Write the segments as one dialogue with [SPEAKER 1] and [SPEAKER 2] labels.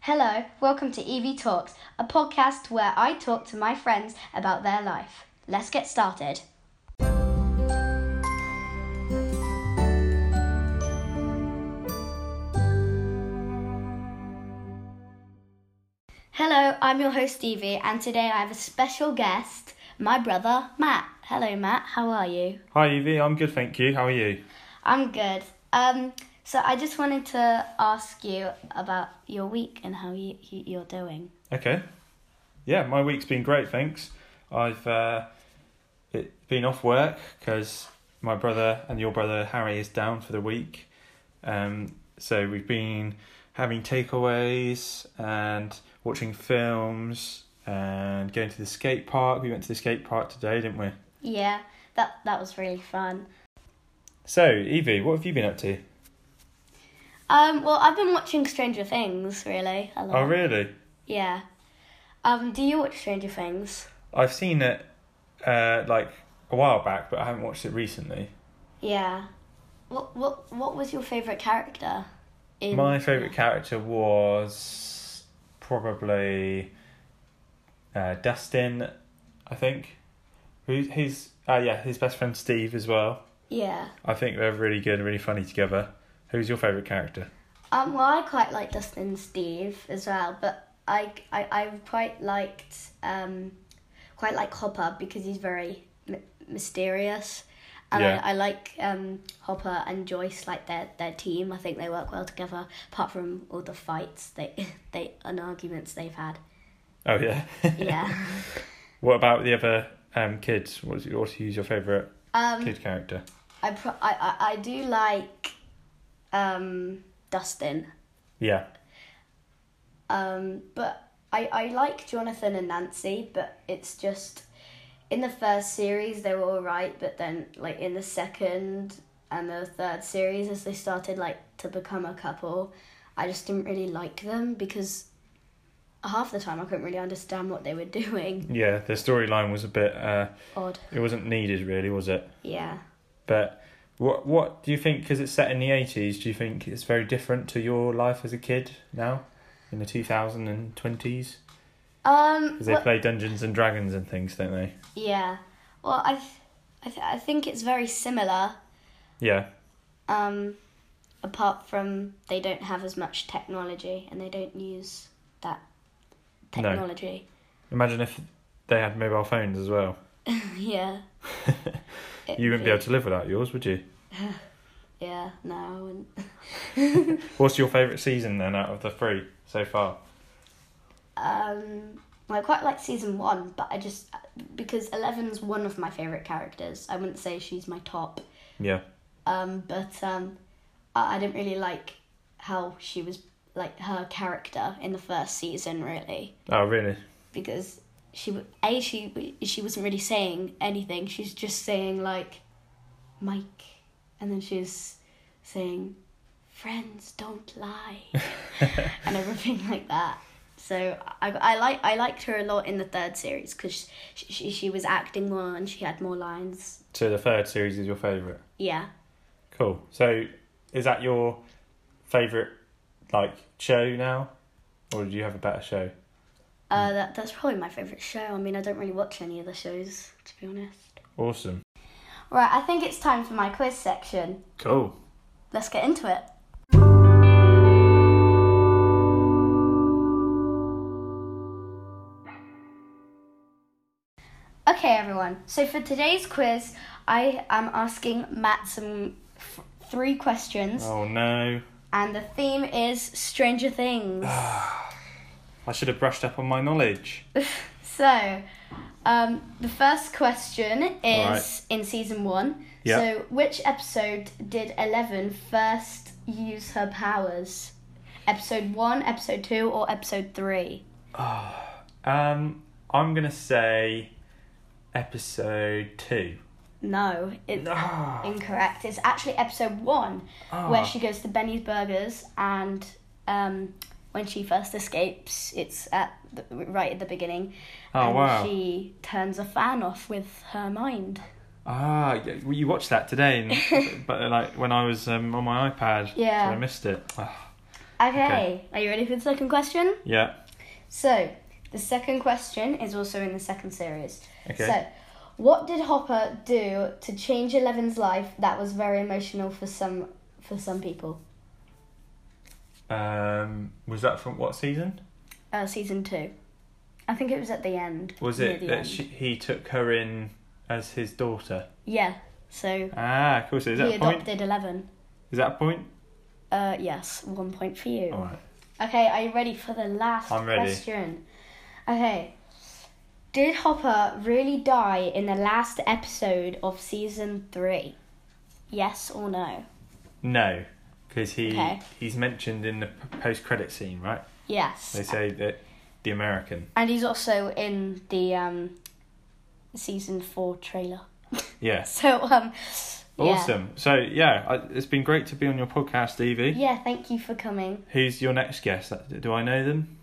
[SPEAKER 1] Hello, welcome to EV Talks, a podcast where I talk to my friends about their life. Let's get started. Hello, I'm your host Stevie, and today I have a special guest, my brother Matt. Hello, Matt, how are you?
[SPEAKER 2] Hi Evie, I'm good, thank you. How are you?
[SPEAKER 1] I'm good. Um, so I just wanted to ask you about your week and how you, you you're doing.
[SPEAKER 2] Okay. Yeah, my week's been great, thanks. I've uh, it, been off work because my brother and your brother Harry is down for the week. Um, so we've been having takeaways and watching films and going to the skate park. We went to the skate park today, didn't we?
[SPEAKER 1] Yeah, that that was really fun.
[SPEAKER 2] So, Evie, what have you been up to?
[SPEAKER 1] Um, well, I've been watching Stranger Things really a lot.
[SPEAKER 2] Oh, really?
[SPEAKER 1] Yeah. Um, do you watch Stranger Things?
[SPEAKER 2] I've seen it uh, like a while back, but I haven't watched it recently.
[SPEAKER 1] Yeah. What what what was your favorite character? In
[SPEAKER 2] My favourite character was probably uh, Dustin, I think. Who, he's, uh, yeah, his best friend Steve as well.
[SPEAKER 1] Yeah.
[SPEAKER 2] I think they're really good, really funny together. Who's your favourite character?
[SPEAKER 1] Um, well, I quite like Dustin and Steve as well, but I, I, I quite liked um, quite like Hopper because he's very m- mysterious, and
[SPEAKER 2] Yeah.
[SPEAKER 1] I, I like um, Hopper and Joyce like their their team. I think they work well together, apart from all the fights they they and arguments they've had.
[SPEAKER 2] Oh, yeah.
[SPEAKER 1] Yeah.
[SPEAKER 2] what about the other um, kids? What's, what's who's your favourite
[SPEAKER 1] um,
[SPEAKER 2] kid character?
[SPEAKER 1] I, pro- I I I do like um, Dustin,
[SPEAKER 2] Yeah.
[SPEAKER 1] Um, but I, I like Jonathan and Nancy, but it's just in the first series they were alright, but then like in the second and the third series as they started like to become a couple, I just didn't really like them because half the time I couldn't really understand what they were doing.
[SPEAKER 2] Yeah, the storyline was a bit, uh,
[SPEAKER 1] Odd.
[SPEAKER 2] it wasn't needed really, was it?
[SPEAKER 1] Yeah.
[SPEAKER 2] But what what do you think? Because it's set in the eighties, do you think it's very different to your life as a kid now, in the two thousand and twenties?
[SPEAKER 1] Um
[SPEAKER 2] Because they
[SPEAKER 1] well-
[SPEAKER 2] play Dungeons and Dragons and things, don't they?
[SPEAKER 1] yeah. Well, I th- I, th- I think it's very similar
[SPEAKER 2] Yeah,
[SPEAKER 1] um, apart from they don't have as much technology and they don't use that
[SPEAKER 2] No.
[SPEAKER 1] technology.
[SPEAKER 2] imagine if they had mobile phones as well.
[SPEAKER 1] yeah. It
[SPEAKER 2] You wouldn't be able
[SPEAKER 1] would-
[SPEAKER 2] to live without yours, would you?
[SPEAKER 1] Yeah, no, I wouldn't.
[SPEAKER 2] What's your favourite season then out of the three so far?
[SPEAKER 1] Um, I quite like season one, but I just because Eleven's one of my favorite characters. I wouldn't say she's my top,
[SPEAKER 2] Yeah,
[SPEAKER 1] um, but um, I, I didn't really like how she was like her character in the first season really.
[SPEAKER 2] oh really?
[SPEAKER 1] because she w- a she she wasn't really saying anything. She's just saying like, Mike, and then she's saying, friends don't lie, and everything like that. So I, I like I liked her a lot in the third series because she, she she was acting more and she had more lines.
[SPEAKER 2] So the third series is your favourite.
[SPEAKER 1] Yeah.
[SPEAKER 2] Cool. So is that your favourite like show now, or do you have a better show?
[SPEAKER 1] Uh, that that's probably my favorite show. I mean, I don't really watch any of the shows to be honest.
[SPEAKER 2] Awesome.
[SPEAKER 1] Right, I think it's time for my quiz section.
[SPEAKER 2] Cool.
[SPEAKER 1] Let's get into it. Okay, everyone. So for today's quiz, I am asking Matt some f- three questions,
[SPEAKER 2] Oh no.
[SPEAKER 1] and the theme is Stranger Things.
[SPEAKER 2] I should have brushed up on my knowledge.
[SPEAKER 1] so, um, the first question is
[SPEAKER 2] Alright.
[SPEAKER 1] in season one.
[SPEAKER 2] Yeah.
[SPEAKER 1] So, which episode did Eleven first use her powers? Episode one, episode two, or episode three?
[SPEAKER 2] Um, I'm gonna say episode two.
[SPEAKER 1] No, it's
[SPEAKER 2] Ah,
[SPEAKER 1] incorrect. It's actually episode one, where she goes to Benny's Burgers, and um, when she first escapes, it's at the, right at the beginning,
[SPEAKER 2] Oh,
[SPEAKER 1] and
[SPEAKER 2] wow.
[SPEAKER 1] she turns a fan off with her mind.
[SPEAKER 2] ah, yeah, well, you watched that today, and, but like when I was um, on my iPad, so
[SPEAKER 1] Yeah.
[SPEAKER 2] I missed it. Ah,
[SPEAKER 1] Okay, are you ready for the second question?
[SPEAKER 2] Yeah.
[SPEAKER 1] So, the second question is also in the second series.
[SPEAKER 2] Okay.
[SPEAKER 1] So, what did Hopper do to change Eleven's life that was very emotional for some for some people?
[SPEAKER 2] Um, was that from what season?
[SPEAKER 1] Uh, season two. I think it was at the end.
[SPEAKER 2] Was
[SPEAKER 1] near
[SPEAKER 2] it
[SPEAKER 1] the
[SPEAKER 2] that
[SPEAKER 1] end.
[SPEAKER 2] she, he took her in as his daughter?
[SPEAKER 1] Yeah. So
[SPEAKER 2] Ah, cool. So is that
[SPEAKER 1] he
[SPEAKER 2] a point?
[SPEAKER 1] adopted Eleven.
[SPEAKER 2] Is that a point?
[SPEAKER 1] Uh, yes, one point for you.
[SPEAKER 2] All right.
[SPEAKER 1] Okay, are you ready for the last
[SPEAKER 2] I'm ready.
[SPEAKER 1] question? Okay. Did Hopper really die in the last episode of season three? Yes or no?
[SPEAKER 2] No, because he
[SPEAKER 1] Okay.
[SPEAKER 2] he's mentioned in the post credit scene, right?
[SPEAKER 1] Yes.
[SPEAKER 2] They say that the American.
[SPEAKER 1] And he's also in the um, season four trailer.
[SPEAKER 2] Yes.
[SPEAKER 1] So um, yeah.
[SPEAKER 2] Awesome. So yeah, I, it's been great to be on your podcast, Evie.
[SPEAKER 1] Yeah, thank you for coming.
[SPEAKER 2] Who's your next guest? Do I know them?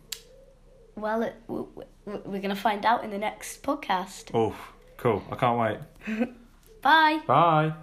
[SPEAKER 1] Well, it, w- w- we're gonna find out in the next podcast.
[SPEAKER 2] Oh, cool. I can't wait.
[SPEAKER 1] Bye.
[SPEAKER 2] Bye.